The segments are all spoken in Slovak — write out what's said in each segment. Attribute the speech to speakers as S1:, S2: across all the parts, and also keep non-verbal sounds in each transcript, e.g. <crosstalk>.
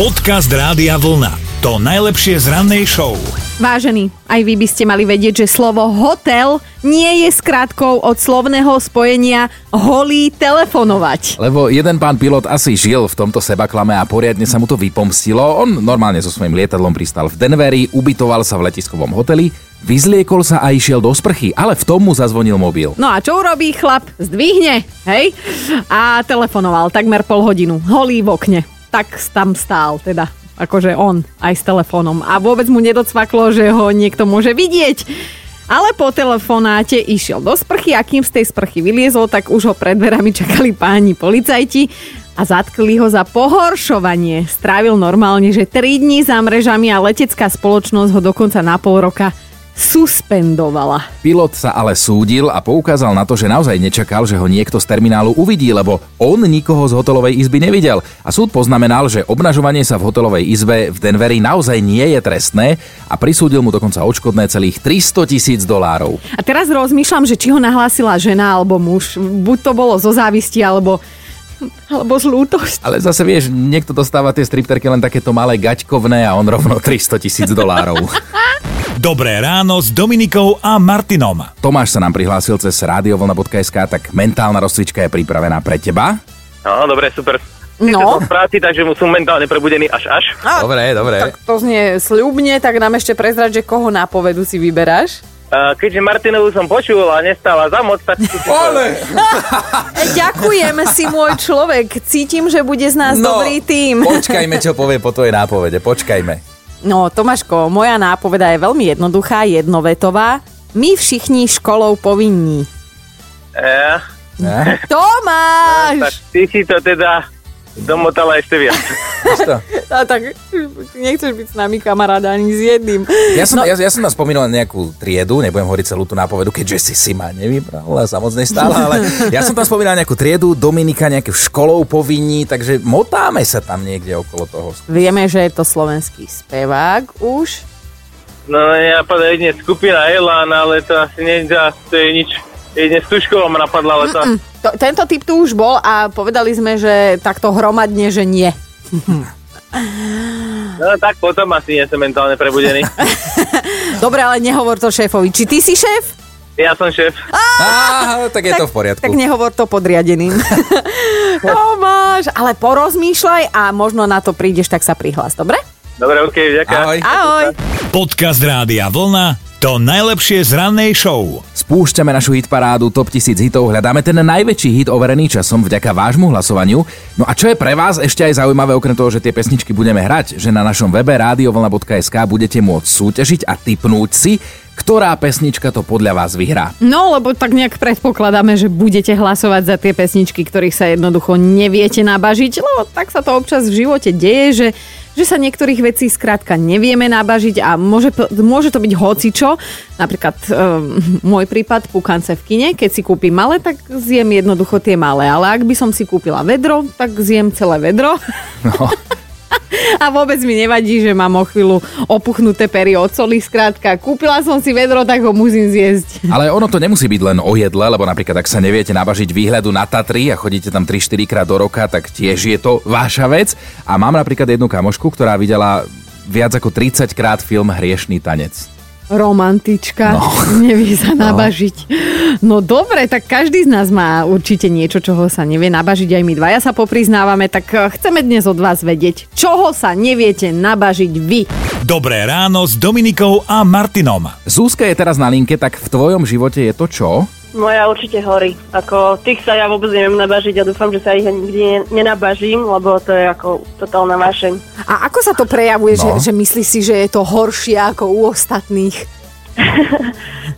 S1: Podcast Rádia Vlna. To najlepšie z rannej show.
S2: Vážení, aj vy by ste mali vedieť, že slovo hotel nie je skratkou od slovného spojenia holý telefonovať.
S3: Lebo jeden pán pilot asi žil v tomto sebaklame a poriadne sa mu to vypomstilo. On normálne so svojím lietadlom pristal v Denveri, ubytoval sa v letiskovom hoteli, vyzliekol sa a išiel do sprchy, ale v tom mu zazvonil mobil.
S2: No a čo urobí chlap? Zdvihne, hej? A telefonoval takmer pol hodinu, holý v okne. Tak tam stál teda akože on aj s telefónom a vôbec mu nedocvaklo, že ho niekto môže vidieť. Ale po telefonáte išiel do sprchy a kým z tej sprchy vyliezol, tak už ho pred dverami čakali páni policajti a zatkli ho za pohoršovanie. Strávil normálne, že 3 dní za mrežami a letecká spoločnosť ho dokonca na pol roka suspendovala.
S3: Pilot sa ale súdil a poukázal na to, že naozaj nečakal, že ho niekto z terminálu uvidí, lebo on nikoho z hotelovej izby nevidel. A súd poznamenal, že obnažovanie sa v hotelovej izbe v Denveri naozaj nie je trestné a prisúdil mu dokonca odškodné celých 300 tisíc dolárov.
S2: A teraz rozmýšľam, že či ho nahlásila žena alebo muž. Buď to bolo zo závisti, alebo alebo z lútosti.
S3: Ale zase vieš, niekto dostáva tie stripterky len takéto malé gaťkovné a on rovno <laughs> 300 tisíc dolárov.
S1: Dobré ráno s Dominikou a Martinom.
S3: Tomáš sa nám prihlásil cez radiovlna.sk, tak mentálna rozcvička je pripravená pre teba.
S4: No, dobre, super.
S2: No.
S4: Som v práci, takže mu som mentálne prebudený až až.
S3: Dobre, dobre.
S2: Tak to znie sľubne, tak nám ešte prezrať, že koho na povedu si vyberáš.
S4: Uh, keďže Martinovu som počul a nestála za moc, tak...
S3: <laughs>
S4: Ale!
S2: Ďakujem si môj človek, cítim, že bude z nás dobrý tým.
S3: No,
S2: <laughs>
S3: počkajme, čo povie po tvojej nápovede, počkajme.
S2: No, Tomáško, moja nápoveda je veľmi jednoduchá, jednovetová. My všichni školou povinní.
S4: Uh,
S3: Ne?
S4: tak
S2: Tomáš!
S4: ty si to teda domotala ešte viac.
S3: Víš to?
S2: A tak nechceš byť s nami kamaráda ani s jedným.
S3: Ja som, no. ja, ja som nás spomínal na nejakú triedu, nebudem hovoriť celú tú nápovedu, keďže si si ma nevybrala, sa moc nestála, ale ja som tam spomínal nejakú triedu, Dominika nejakú školou povinní, takže motáme sa tam niekde okolo toho.
S2: Vieme, že je to slovenský spevák už.
S4: No ja napadá jedine skupina Elan, ale to asi nedá, to je nič. Jedine Stušková ma napadla, ale to...
S2: To, tento typ tu už bol a povedali sme, že takto hromadne, že nie.
S4: No tak potom asi nie som mentálne prebudený.
S2: Dobre, ale nehovor to šéfovi. Či ty si šéf?
S4: Ja som šéf.
S3: Á, tak je to v poriadku.
S2: Tak nehovor to podriadeným. Tomáš, ale porozmýšľaj a možno na to prídeš, tak sa prihlás, dobre?
S4: Dobre, OK, ďakujem.
S3: Ahoj.
S2: Ahoj.
S1: Podcast Rádia Vlna. To najlepšie z rannej show.
S3: Spúšťame našu hitparádu Top 1000 hitov, hľadáme ten najväčší hit overený časom vďaka vášmu hlasovaniu. No a čo je pre vás ešte aj zaujímavé, okrem toho, že tie pesničky budeme hrať, že na našom webe radiovlna.sk budete môcť súťažiť a typnúť si, ktorá pesnička to podľa vás vyhrá.
S2: No, lebo tak nejak predpokladáme, že budete hlasovať za tie pesničky, ktorých sa jednoducho neviete nabažiť, lebo tak sa to občas v živote deje, že, že sa niektorých vecí skrátka nevieme nabažiť a môže, to- môže to byť hocičo. Napríklad um, môj prípad, pukance v kine, keď si kúpim malé, tak zjem jednoducho tie malé, ale ak by som si kúpila vedro, tak zjem celé vedro.
S3: No.
S2: <laughs> A vôbec mi nevadí, že mám o chvíľu opuchnuté pery od soli. Skrátka, kúpila som si vedro, tak ho musím zjesť.
S3: Ale ono to nemusí byť len o jedle, lebo napríklad ak sa neviete nabažiť výhľadu na Tatry a chodíte tam 3-4 krát do roka, tak tiež je to vaša vec. A mám napríklad jednu kamošku, ktorá videla viac ako 30 krát film Hriešný tanec.
S2: Romantička, no. <laughs> nevie sa nabažiť. No. dobre, tak každý z nás má určite niečo, čoho sa nevie nabažiť. Aj my dvaja sa popriznávame, tak eh, chceme dnes od vás vedieť, čoho sa neviete nabažiť vy.
S1: Dobré ráno s Dominikou a Martinom.
S3: Zúska je teraz na linke, tak v tvojom živote je to čo?
S5: Moja No určite hory. Ako tých sa ja vôbec neviem nabažiť a dúfam, že sa ich ani nikdy ne- nenabažím, lebo to je ako totálna vášeň.
S2: A ako sa to prejavuje,
S3: No.
S2: že, že myslíš si, že je to horšie ako u ostatných?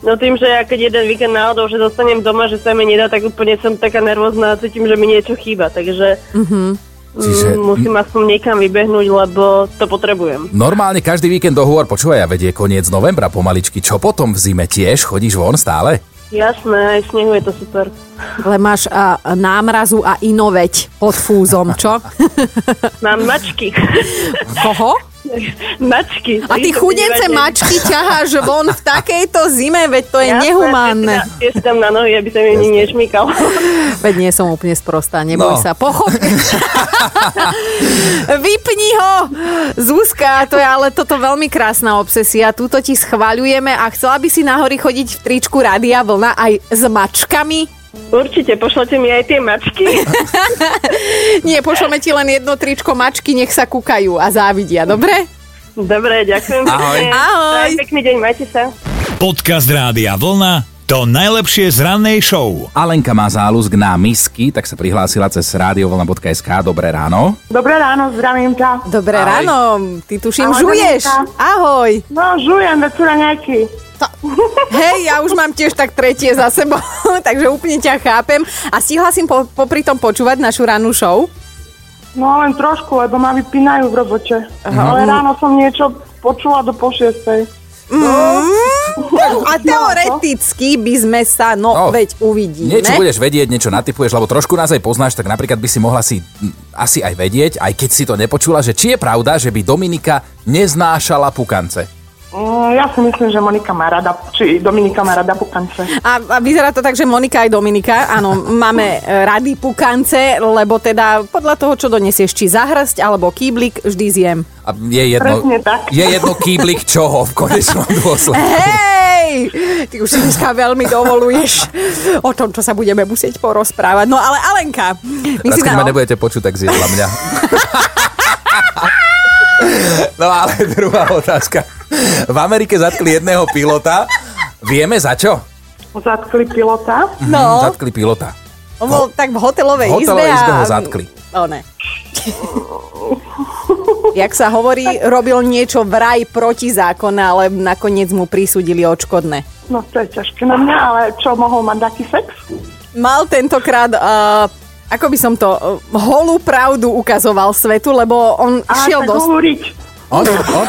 S5: No tým, že ja keď jeden víkend náhodou, že zostanem doma, že sa mi nedá, tak úplne som taká nervózna a cítim, že mi niečo chýba, takže
S2: Mhm.
S3: Čiže-
S5: mm, musím aspoň niekam vybehnúť, lebo to potrebujem.
S3: Normálne každý víkend do hôr počúvaj a vedie koniec novembra pomaličky. Čo potom v zime tiež? Chodíš von stále?
S5: Jasné, aj v snehu je to super.
S2: Ale máš a, námrazu a inoveť pod fúzom, čo?
S5: Mám mačky.
S2: <laughs>
S5: <laughs>
S2: Koho?
S5: Mačky.
S2: A ty
S5: Vidíte,
S2: chudence
S5: divadne.
S2: mačky ťaháš von v takejto zime, veď to je
S5: Jasné,
S2: <laughs> nehumánne.
S5: tie si tam- Tie si tam na nohy, aby sa mi ani nešmykal.
S2: Veď nie som úplne sprostá, neboj
S3: No.
S2: sa. Pochop. Vypni ho! Zuzka, to je ale toto veľmi krásna obsesia. Túto ti schvaľujeme a chcela by si nahori chodiť v tričku Rádia Vlna aj s mačkami?
S5: <laughs> Určite, pošlete mi aj tie
S2: <laughs>
S5: mačky.
S2: Nie, pošleme ti len jedno tričko mačky, nech sa kúkajú a závidia, dobre?
S5: Dobre, ďakujem.
S3: Ahoj.
S5: pekne.
S2: Ahoj.
S5: Tak, Pekný deň, majte sa.
S1: Podcast Rádia Vlna to najlepšie z rannej show.
S3: Alenka má záľusk na misky, tak sa prihlásila cez radiovolna.sk. Dobré ráno.
S6: Dobré ráno, zdravím ťa.
S2: Dobré
S3: Ahoj.
S2: ráno, ty tuším,
S6: Ahoj,
S2: žuješ.
S6: Dominika.
S2: Ahoj.
S6: No, žujem, večera nejaký.
S2: Hej, ja už mám tiež tak tretie za sebou, <laughs> takže úplne ťa chápem. A stihla si po, popri tom počúvať našu rannú show?
S6: No, len trošku, lebo ma vypínajú v robote. Ale ráno som niečo počula do po šiestej.
S3: No.
S2: Mm. A teoreticky by sme sa, no,
S3: No,
S2: veď uvidíme.
S3: Niečo budeš vedieť, niečo natypuješ, lebo trošku nás aj poznáš, tak napríklad by si mohla si m, asi aj vedieť, aj keď si to nepočula, že či je pravda, že by Dominika neznášala pukance.
S6: Mm, ja si myslím, že Monika má rada, či Dominika má rada pukance.
S2: A, a vyzerá to tak, že Monika aj Dominika, áno,
S3: <laughs>
S2: máme e, rady pukance, lebo teda podľa toho, čo donesieš, či zahrsť alebo kýblik, vždy zjem.
S3: A je jedno,
S6: Presne tak.
S3: je jedno kýblik čoho v
S2: <laughs>
S3: konečnom dôsledku.
S2: Hej! Ty už si dneska veľmi dovoluješ o tom, čo sa budeme musieť porozprávať. No ale Alenka, my
S3: Raz,
S2: si
S3: keď ma
S2: na...
S3: nebudete počuť, tak zjedla mňa. <laughs> no ale druhá otázka. V Amerike zatkli jedného pilota. Vieme za čo?
S6: Zatkli pilota.
S2: No.
S3: Zatkli pilota.
S2: On bol tak v hotelovej,
S3: V hotelovej
S2: izbe,
S3: izbe
S2: a...
S3: ho zatkli.
S2: No ne. Jak sa hovorí, robil niečo vraj proti zákona, ale nakoniec mu prisúdili odškodné.
S6: No, to je ťažké na mňa, ale čo, mohol mať taký sex?
S2: Mal tentokrát, uh, ako by som to, uh, holú pravdu ukazoval svetu, lebo on
S6: A
S2: šiel
S6: tak
S2: do...
S6: hovoriť.
S3: On, on,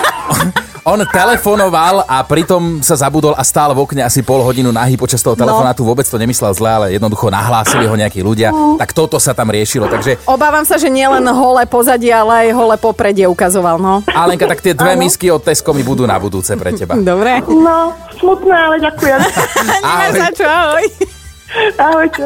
S3: on telefonoval a pritom sa zabudol a stál v okne asi pol hodinu nahý počas toho telefonátu. Vôbec to nemyslel zle, ale jednoducho nahlásili ho nejakí ľudia. Tak toto sa tam riešilo. Takže
S2: Obávam sa, že nielen holé pozadie, ale aj holé popredie ukazoval, no.
S3: Alenka, tak tie dve misky od Tesco mi budú na budúce pre teba.
S2: Dobre.
S6: No, smutné, ale ďakujem.
S2: Nemá
S3: Ahoj.
S2: za čo, ahoj.
S6: Ahojte.